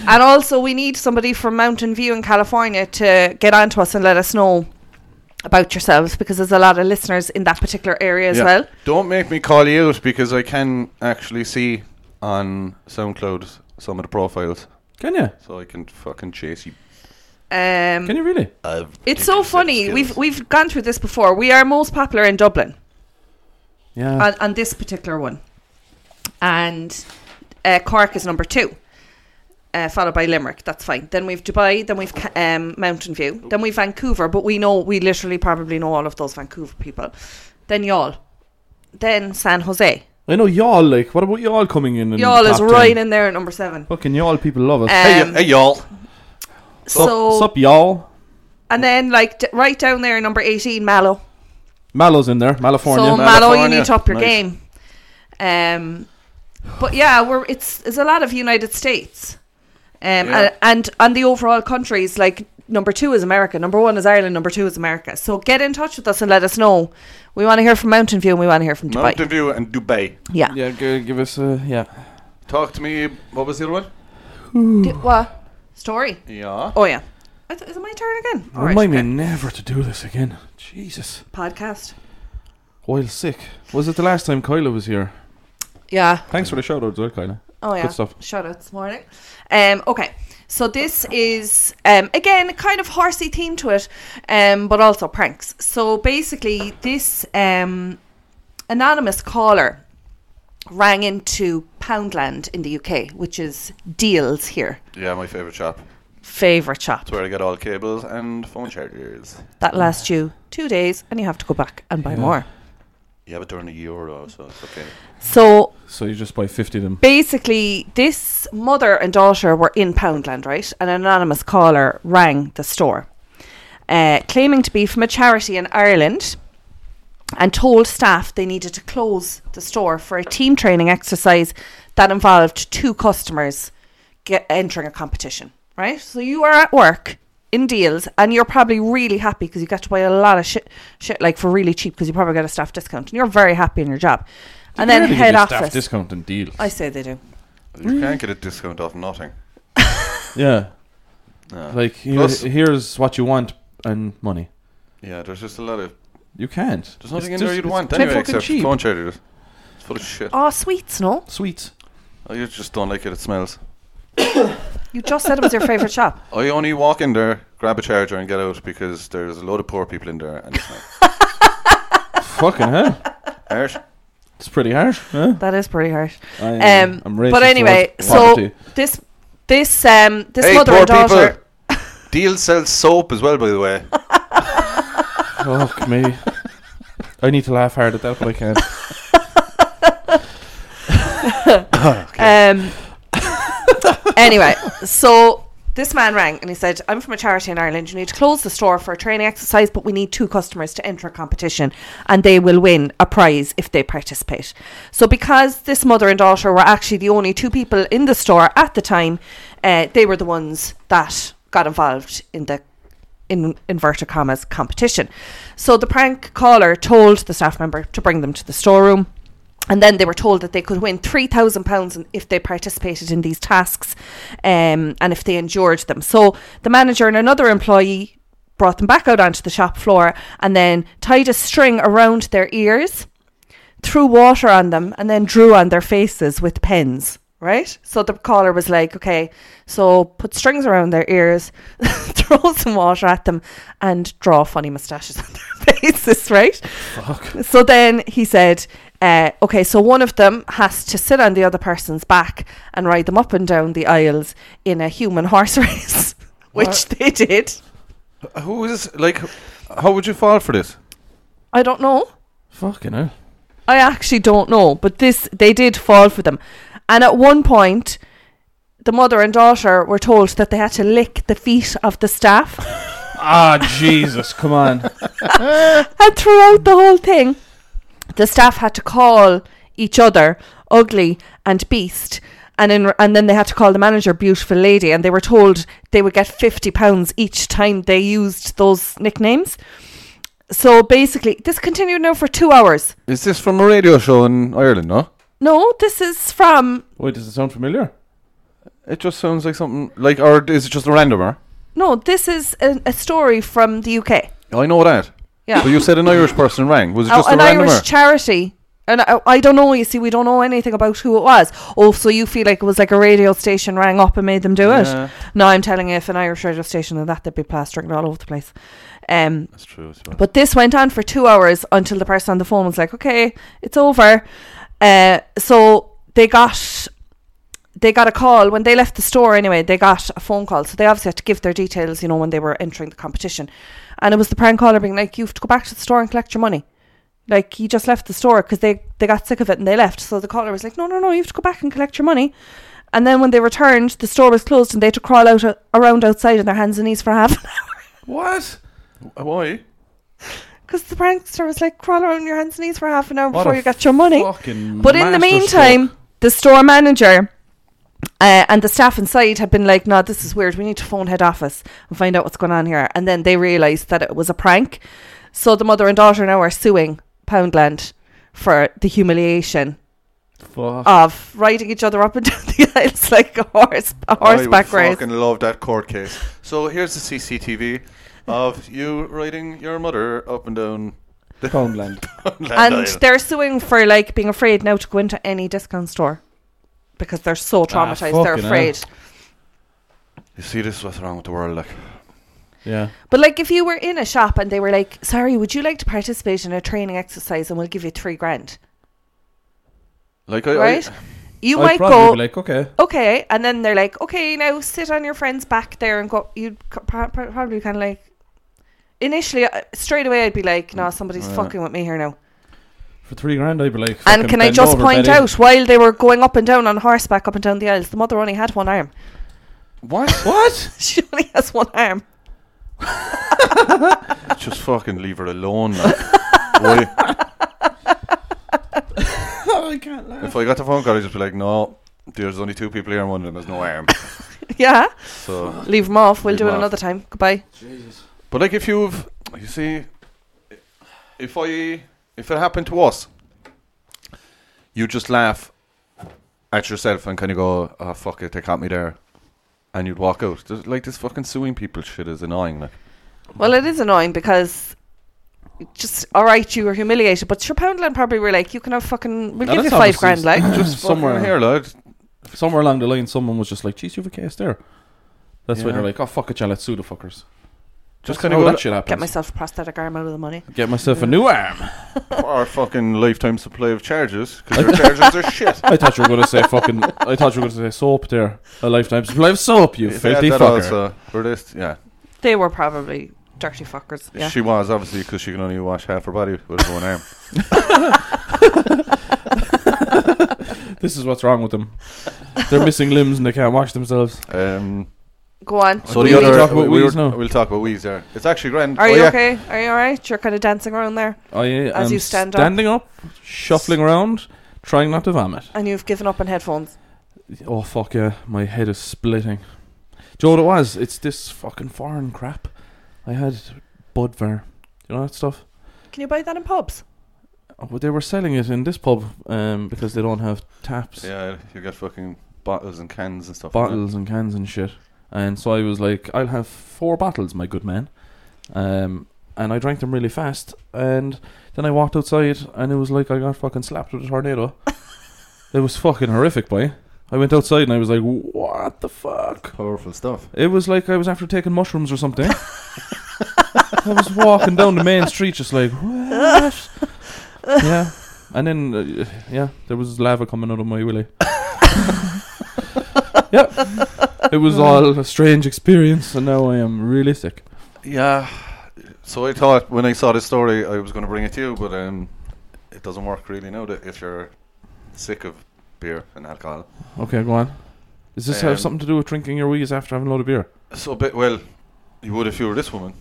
S2: And also, we need somebody from Mountain View in California to get on to us and let us know about yourselves because there's a lot of listeners in that particular area as
S4: Yeah.
S2: well.
S4: Don't make me call you out because I can actually see on SoundCloud some of the profiles,
S3: Can you?
S4: so I can fucking chase you.
S2: Um,
S3: Can you really?
S2: it's so funny. We've we've gone through this before. We are most popular in Dublin
S3: Yeah.
S2: on, on this particular one, and uh, Cork is number two. Uh, followed by Limerick, that's fine. Then we've Dubai, then we've Ca- um, Mountain View, then we've Vancouver, but we know, we literally probably know all of those Vancouver people. Then y'all, then San Jose,
S3: I know y'all, like, what about y'all coming in? in
S2: Y'all
S3: the
S2: is
S3: top
S2: right
S3: 10?
S2: in there at number seven.
S3: Fucking y'all people love us.
S4: Hey,
S2: Um,
S4: y- hey, y'all.
S2: so,
S3: Sup, y'all?
S2: and then like d- right down there, number eighteen, Mallow.
S3: Mallow's in there. Malifornia.
S2: so Mallow, you
S4: Malifornia.
S2: need to up your
S4: Nice.
S2: game. Um, but yeah, we're it's it's a lot of United States, um,
S4: Yeah.
S2: and, and and the overall countries like number two is America, number one is Ireland, number two is America. So get in touch with us and let us know. We want to hear from Mountain View and we want to hear from Dubai.
S4: Mountain View and Dubai.
S2: yeah.
S3: yeah, g- give us a. Yeah.
S4: Talk to me. What was the other one?
S2: D- what story?
S4: Yeah.
S2: Oh yeah. Is is it my turn again? All right,
S3: Remind me
S2: okay.
S3: never to do this again. Jesus.
S2: Podcast.
S3: While sick. Was it the last time Kyla was here?
S2: Yeah.
S3: Thanks for the shout out, though, Kyla.
S2: Oh yeah,
S3: Good stuff.
S2: Shout out this morning. Um, okay, so this is um, again kind of horsey theme to it, um, but also pranks. So basically, this um, anonymous caller rang into Poundland in the UK, which is Deals here,
S4: Yeah, my favorite shop.
S2: favorite shop
S4: It's where I get all cables and phone chargers.
S2: that lasts you two days, and you have to go back and buy more.
S4: You have it during the euro, so it's okay.
S2: So
S3: So you just buy 50 of them.
S2: basically, this mother and daughter were in Poundland, right? An anonymous caller rang the store, uh, claiming to be from a charity in Ireland, and told staff they needed to close the store for a team training exercise that involved two customers get, entering a competition, right? So you are at work. In deals, and you're probably really happy because you got to buy a lot of shit, shit like for really cheap because you probably got a staff discount, and you're very happy in your job. And then
S3: Really
S2: head
S3: give you staff
S2: office.
S3: discount and deals.
S2: I say they do.
S4: You can't get a discount off nothing.
S3: Yeah,
S4: Nah.
S3: like here-
S4: Plus-
S3: here's what you want and money.
S4: yeah, there's just a lot of.
S3: You can't.
S4: There's nothing
S3: It's
S4: in
S3: just-
S4: there you'd
S3: it's
S4: want
S3: too
S4: anyway,
S3: fucking
S4: except
S3: cheap.
S4: phone chargers. It's full of shit.
S2: Oh, sweets, no?
S3: Sweets.
S4: I just don't like it. It smells.
S2: You just said it was your favourite shop.
S4: I only walk in there, grab a charger, and get out because there's a load of poor people in there, and it's not
S3: Fucking hell.
S4: harsh.
S3: It's pretty harsh. Huh?
S2: That is pretty harsh.
S3: I am-
S2: Um,
S3: I'm racist
S2: but anyway,
S3: towards
S2: so
S3: poverty.
S2: this this um this
S4: hey,
S2: mother
S4: poor
S2: and daughter.
S4: people. Deal sells soap as well, by the way.
S3: Fuck me. I need to laugh hard at that, but I can't.
S2: Um, anyway, so this man rang and he said, I'm from a charity in Ireland. You need to close the store for a training exercise, but we need two customers to enter a competition and they will win a prize if they participate. So, because this mother and daughter were actually the only two people in the store at the time, uh, they were the ones that got involved in the in inverted commas competition. So the prank caller told the staff member to bring them to the storeroom. And then they were told that they could win three thousand pounds if they participated in these tasks, um, and if they endured them. So the manager and another employee brought them back out onto the shop floor, and then tied a string around their ears, threw water on them, and then drew on their faces with pens. Right. So the caller was like, "Okay, so put strings around their ears, throw some water at them, and draw funny moustaches on their faces." Right. So then he said, uh, okay, so one of them has to sit on the other person's back and ride them up and down the aisles in a human horse race, which they did.
S4: Who is like? How would you fall for this?
S2: I don't know.
S3: Fucking hell.
S2: I actually don't know, but this they did fall for them. And at one point, the mother and daughter were told that they had to lick the feet of the staff.
S3: Ah, Jesus, come on.
S2: And throughout the whole thing, the staff had to call each other ugly and beast. And, in, and then they had to call the manager beautiful lady, and they were told they would get fifty pounds each time they used those nicknames. So basically, this continued now for two hours.
S4: Is this from a radio show in Ireland? No,
S2: No, this is from
S3: Wait, does it sound familiar?
S4: it just sounds like something like, or is it just a randomer?
S2: no, this is a, a story from the UK.
S4: I know that.
S2: Yeah,
S4: But you said an Irish person rang. Was it
S2: Oh,
S4: just a
S2: an
S4: randomer?
S2: Irish charity. And I, I don't know. You see, we don't know anything about who it was. Oh, so you feel like it was like a radio station rang up and made them do
S4: Yeah.
S2: it? No, I'm telling you, if an Irish radio station did that, they'd be plastering all over the place. Um,
S4: That's true. I suppose.
S2: but this went on for two hours until the person on the phone was like, "Okay, it's over." Uh, so they got they got a call when they left the store. Anyway, they got a phone call, so they obviously had to give their details. You know, when they were entering the competition, and it was the prank caller being like, "You have to go back to the store and collect your money." Like he just left the store because they they got sick of it and they left. So the caller was like, "No, no, no, you have to go back and collect your money." And then when they returned, the store was closed and they had to crawl out uh, around outside on their hands and knees for half an hour.
S3: What?
S4: Why?
S2: Because the prankster was like, crawl around your hands and knees for half an hour
S3: What
S2: before
S3: a
S2: you got your money.
S3: Fucking
S2: But in the
S3: masterstroke.
S2: meantime, the store manager uh, and the staff inside had been like, no, this is weird. We need to phone head office and find out what's going on here. And then they realised that it was a prank. So the mother and daughter now are suing Poundland for the humiliation
S3: Fuck.
S4: Ah.
S2: of riding each other up and down the aisles like a horse, a horseback
S4: I would
S2: race.
S4: fucking love that court case. So here's the CCTV of you riding your mother up and down.
S3: Poundland.
S4: Land
S2: And
S4: Isle.
S2: they're suing for like being afraid now to go into any discount store because they're so traumatized. they're
S3: Ah, fucking hell.
S2: afraid.
S4: you see, this is what's wrong with the world. Like,
S3: Yeah.
S2: But like, if you were in a shop and they were like, "Sorry, would you like to participate in a training exercise?" and we'll give you three grand,
S4: like I,
S2: right?
S4: I,
S2: you
S3: I'd
S2: might
S3: probably
S2: go.
S3: be like, okay.
S2: Okay, and then they're like, okay, now sit on your friend's back there and go. You'd c- pro- pro- probably kind of like, initially, uh, straight away, I'd be like, no, somebody's
S4: Yeah.
S2: fucking with me here now.
S3: For three grand, I'd be like. fucking
S2: And can I
S3: bend
S2: just
S3: over,
S2: point
S3: Betty.
S2: out, while they were going up and down on horseback, up and down the aisles, the mother only had one arm.
S4: what?
S3: What?
S2: she only has one arm.
S4: Just fucking leave her alone. Like. Why?
S3: oh, I can't laugh.
S4: If I got the phone call, I'd just be like, no, there's only two people here, and one of them has no arm.
S2: Yeah.
S4: So,
S2: Leave them off. We'll
S4: Leave
S2: do
S4: 'em
S2: it
S4: off.
S2: another time. Goodbye.
S3: Jesus.
S4: but like, if you've, you see, if I, if it happened to us, you just laugh at yourself and kind of go, oh fuck it, they caught me there. and you'd walk out. There's, like this fucking suing people shit is annoying. Like
S2: Well, it is annoying because just all right, you were humiliated, but sure, Poundland probably were like, you can have fucking, we'll
S3: No,
S2: give you five
S3: that's
S2: grand,
S3: obviously
S2: like.
S3: just somewhere
S4: Fucking here, lad.
S3: somewhere along the line, someone was just like, "Geez, you have a case there." That's when
S4: Yeah.
S3: they're like, "Oh fuck it, yeah, let's sue the fuckers." Just
S4: That's
S3: kind of
S4: how
S3: go
S4: that-
S3: that shit happens.
S2: Get myself a prosthetic arm out of the money.
S3: Get myself a new arm.
S4: Or fucking lifetime supply of charges because your charges are shit.
S3: I thought you were gonna say fucking. I thought you were gonna say soap there. A lifetime supply of soap, you
S4: If they had
S3: filthy
S4: that
S3: fucker.
S4: also, or this, yeah,
S2: They were probably dirty fuckers. Yeah.
S4: she was obviously because she can only wash half her body with her one arm.
S3: This is what's wrong with them. They're missing limbs and they can't wash themselves.
S4: Um,
S2: Go on.
S4: so
S3: We
S4: the
S3: need
S4: other
S3: to talk about
S4: we,
S3: Wheeze now.
S4: will talk about Wheeze there. It's actually grand.
S2: Are
S4: Oh,
S2: you
S4: yeah.
S2: okay? Are you all right? You're kind of dancing around there,
S3: I
S2: As
S3: am
S2: you stand up.
S3: standing up. shuffling around, trying not to vomit.
S2: and you've given up on headphones.
S3: Oh fuck yeah, my head is splitting. Do you know what it was? It's this fucking foreign crap. I had Budvar. You know that stuff?
S2: Can you buy that in pubs?
S3: Oh, but they were selling it in this pub um, because they don't have taps,
S4: Yeah, you got fucking bottles and cans and stuff. like that.
S3: bottles and cans and shit. And so I was like, I'll have four bottles, my good man. Um, and I drank them really fast. And then I walked outside, and it was like I got fucking slapped with a tornado. it was fucking horrific, boy. I went outside and I was like, what the fuck?
S5: Powerful stuff.
S3: It was like I was after taking mushrooms or something. I was walking down the main street just like, what? yeah. And then, uh, yeah, there was lava coming out of my willy. yep. It was all a strange experience, and now I am really sick.
S4: Yeah. So I thought when I saw this story, I was going to bring it to you, but um, it doesn't work really now that if you're sick of beer and alcohol.
S3: Okay, go on. Does this
S4: Um,
S3: have something to do with drinking your wheeze after having a load of beer?
S4: So, a bit, well, you would if you were this woman.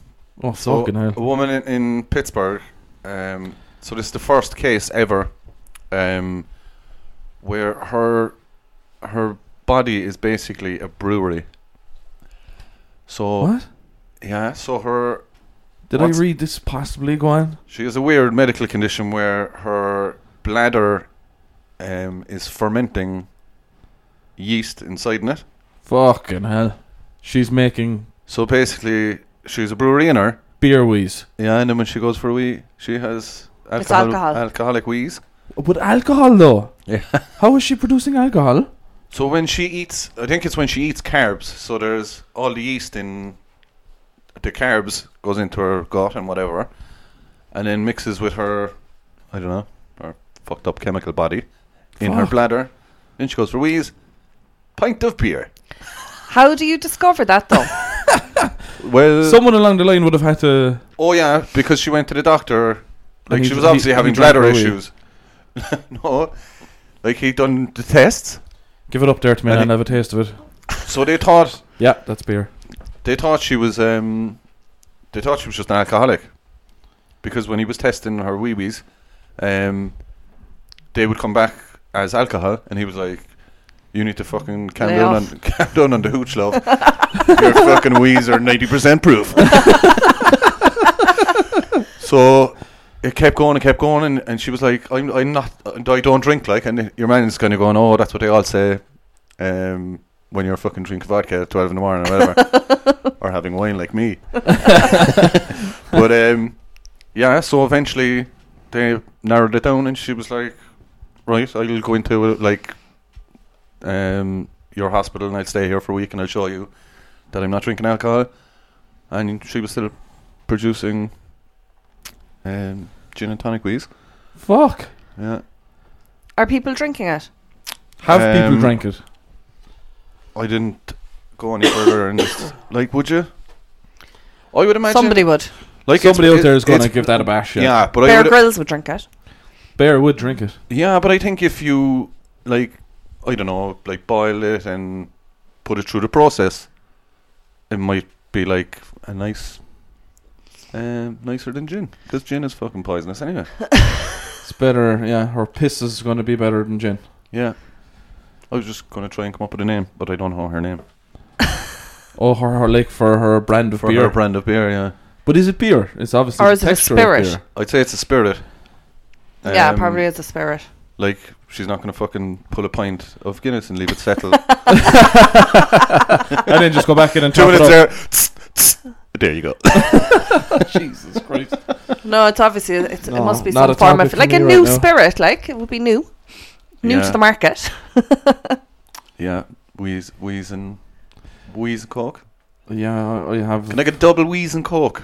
S3: Oh,
S4: So
S3: fucking hell.
S4: a woman in, in Pittsburgh. Um, so this is the first case ever, um, where her her body is basically a brewery. So
S3: What?
S4: yeah, so her
S3: Did
S4: What's-
S3: I read this possibly, go on?
S4: She has a weird medical condition where her bladder um, is fermenting yeast inside in it.
S3: Fucking hell. She's making
S4: So basically, she's a brewery in her.
S3: beer wheeze.
S4: Yeah, and then when she goes for a wee, she has
S2: It's
S4: alcohol,
S2: alcohol.
S4: alcoholic wheeze.
S3: But alcohol, though.
S4: Yeah.
S3: How is she producing alcohol?
S4: So when she eats, I think it's when she eats carbs. So there's all the yeast in the carbs goes into her gut and whatever, and then mixes with her, I don't know, her fucked up chemical body in her
S3: Fuck.
S4: bladder. Then she goes for wheeze. Pint of beer.
S2: How do you discover that though?
S4: Well,
S3: Someone along the line would have had to.
S4: oh yeah, because she went to the doctor. Like
S3: he
S4: she
S3: d-
S4: was
S3: he-
S4: obviously
S3: he
S4: having
S3: drank
S4: bladder
S3: her wee.
S4: issues. no, like he done the tests,
S3: Give it up there to me
S4: I
S3: and,
S4: think-
S3: have a taste of it.
S4: so they thought
S3: Yeah, that's beer.
S4: They thought she was um, they thought she was just an alcoholic. Because when he was testing her wee wees, um, they would come back as alcohol and he was like, You need to fucking calm
S2: Lay
S4: down
S2: off.
S4: on calm down on the hooch love. Your fucking wheeze are ninety percent proof. so it kept going and kept going and, and she was like, I'm I'm not I don't drink like and your man's kinda going, Oh, that's what they all say um, when you're fucking drinking vodka at 12 in the morning or whatever, or having wine like me. but um, yeah, so eventually they narrowed it down, and she was like, "Right, I'll go into uh, like um, your hospital, and I'll stay here for a week, and I'll show you that I'm not drinking alcohol." And she was still producing um, gin and tonic wheeze.
S3: Fuck.
S4: Yeah,
S2: Are people drinking it?
S3: Have
S4: Um,
S3: people drank it?
S4: I didn't go any further, and just like, would you? I would imagine
S2: Somebody would.
S4: Like it's-
S3: Somebody out there is
S4: it-
S3: going to
S4: it's-
S3: give that a bash. Yeah.
S4: Yeah, but I
S2: Bear
S4: would,
S2: Grylls would drink it.
S3: Bear would drink it.
S4: yeah, but I think if you like, I don't know, like boil it and put it through the process, it might be like a nice, um, nicer than gin because gin is fucking poisonous anyway.
S3: It's better, yeah. Or piss is going to be better than gin.
S4: Yeah, I was just gonna try and come up with a name, but I don't know her name
S3: Oh, her, her like for her brand of
S4: for
S3: beer.
S4: her brand of beer. Yeah,
S3: but is it beer? It's obviously
S2: Or
S3: the
S2: is it a
S3: texture of
S2: spirit?
S3: beer.
S4: I'd say it's a spirit.
S2: yeah,
S4: Um,
S2: probably is a spirit.
S4: Like she's not going to fucking pull a pint of Guinness and leave it settle.
S3: and then just go back in and
S4: Two
S3: top it up.
S4: minutes there. tss, tss. There you go.
S3: Jesus Christ.
S2: No, it's obviously it's, it
S3: No,
S2: must be
S3: not
S2: some
S3: a
S2: form
S3: topic
S2: of
S3: for
S2: like
S3: me
S2: a
S3: right
S2: new
S3: now.
S2: spirit. Like it would be new, new
S4: Yeah.
S2: to the market.
S4: Yeah, wheeze, wheeze and wheeze and coke.
S3: Yeah, I have.
S4: Can I get a double wheeze and coke?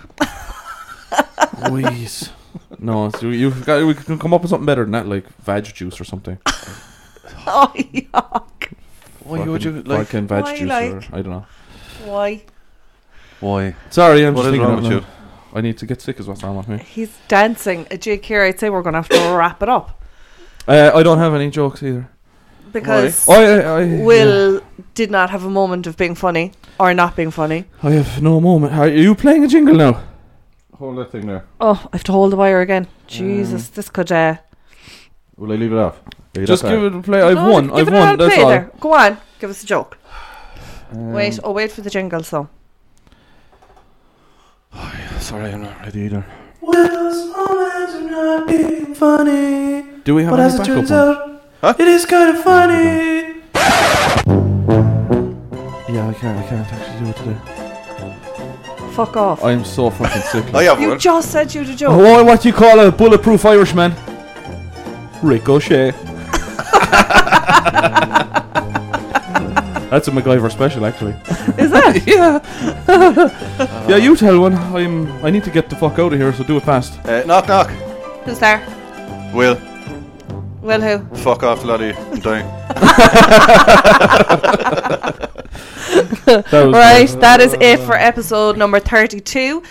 S3: Wheeze. No, so you've got, we can come up with something better than that, like vag juice or something.
S2: oh, yuck.
S4: Why
S3: Fucking
S4: would you like?
S3: vodka and veg
S2: Why,
S3: juice?
S2: like-
S3: Or, I don't know.
S2: Why?
S4: Why?
S3: Sorry, I'm
S4: What
S3: just
S4: is
S3: thinking
S4: wrong
S3: out
S4: with you?
S3: loud. I need to get sick is what's wrong with me.
S2: He's dancing. A jig here. I'd say we're going to have to wrap it up
S3: Uh, I don't have any jokes either.
S2: because
S3: I, I, I,
S2: Will did not have a moment of being funny or not being funny.
S3: I have no moment. Are you playing a jingle now? Hold that thing there.
S2: Oh, I have to hold the wire again.
S3: Mm.
S2: Jesus, this could. Uh,
S3: Will I leave it off? Just give it a play. I've
S2: no,
S3: won.
S2: give
S3: I've
S2: it a
S3: won.
S2: round
S3: That's
S2: play
S3: all.
S2: there. Go on, give us a joke.
S3: Um,
S2: wait, oh wait for the jingle. So
S4: Sorry, I'm not ready either.
S5: Will's always not being funny,
S3: Do we have
S5: but
S3: any
S5: as it
S3: backup
S5: turns
S3: ones?
S5: out,
S4: Huh?
S5: it is kind of funny.
S3: Yeah, I can't. I can't actually do it today.
S2: fuck off.
S3: I'm so fucking sick.
S4: I have
S2: you
S4: one.
S2: just said you had a joke.
S3: What, what do you call a bulletproof Irishman? Ricochet. That's a MacGyver special, actually.
S2: Is that?
S3: Oh, Yeah. yeah, you tell one. I'm. I need to get the fuck out of here, so do it fast.
S4: Uh, knock knock.
S2: Who's there?
S4: Will
S2: Will who?
S4: fuck off, laddie. I'm dying.
S3: That was
S2: Right, that is it for episode number 32.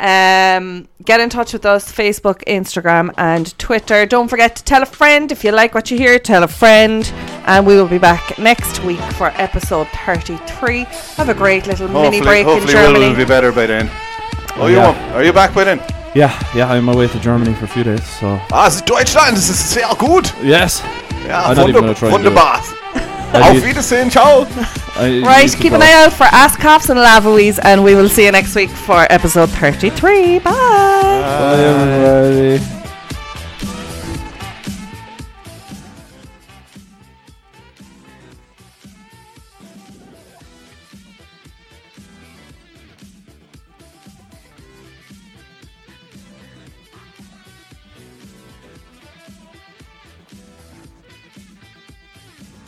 S2: Um, get in touch with us Facebook, Instagram, and Twitter. Don't forget to tell a friend if you like what you hear, tell a friend. And we will be back next week for episode 33. Have a great little mini
S4: Hopefully,
S2: break in
S4: hopefully Will
S2: Germany.
S4: will be better by then. Oh, you
S3: Yeah.
S4: won't. Are you back by then?
S3: Yeah, yeah. I'm away to Germany for a few days, so
S4: Ah, es ist Deutschland. Es ist sehr gut.
S3: yes.
S4: Ja,
S3: I'm not even
S4: wunder-
S3: gonna try to do
S4: wunderbar.
S3: I
S4: Auf
S3: need-
S4: Wiedersehen. Ciao.
S3: I
S2: Oh, right,
S3: need to
S2: keep an
S3: go.
S2: eye out for Ask Cops and Lavawies, and we will see you next week for episode 33. Bye.
S3: Bye, everybody.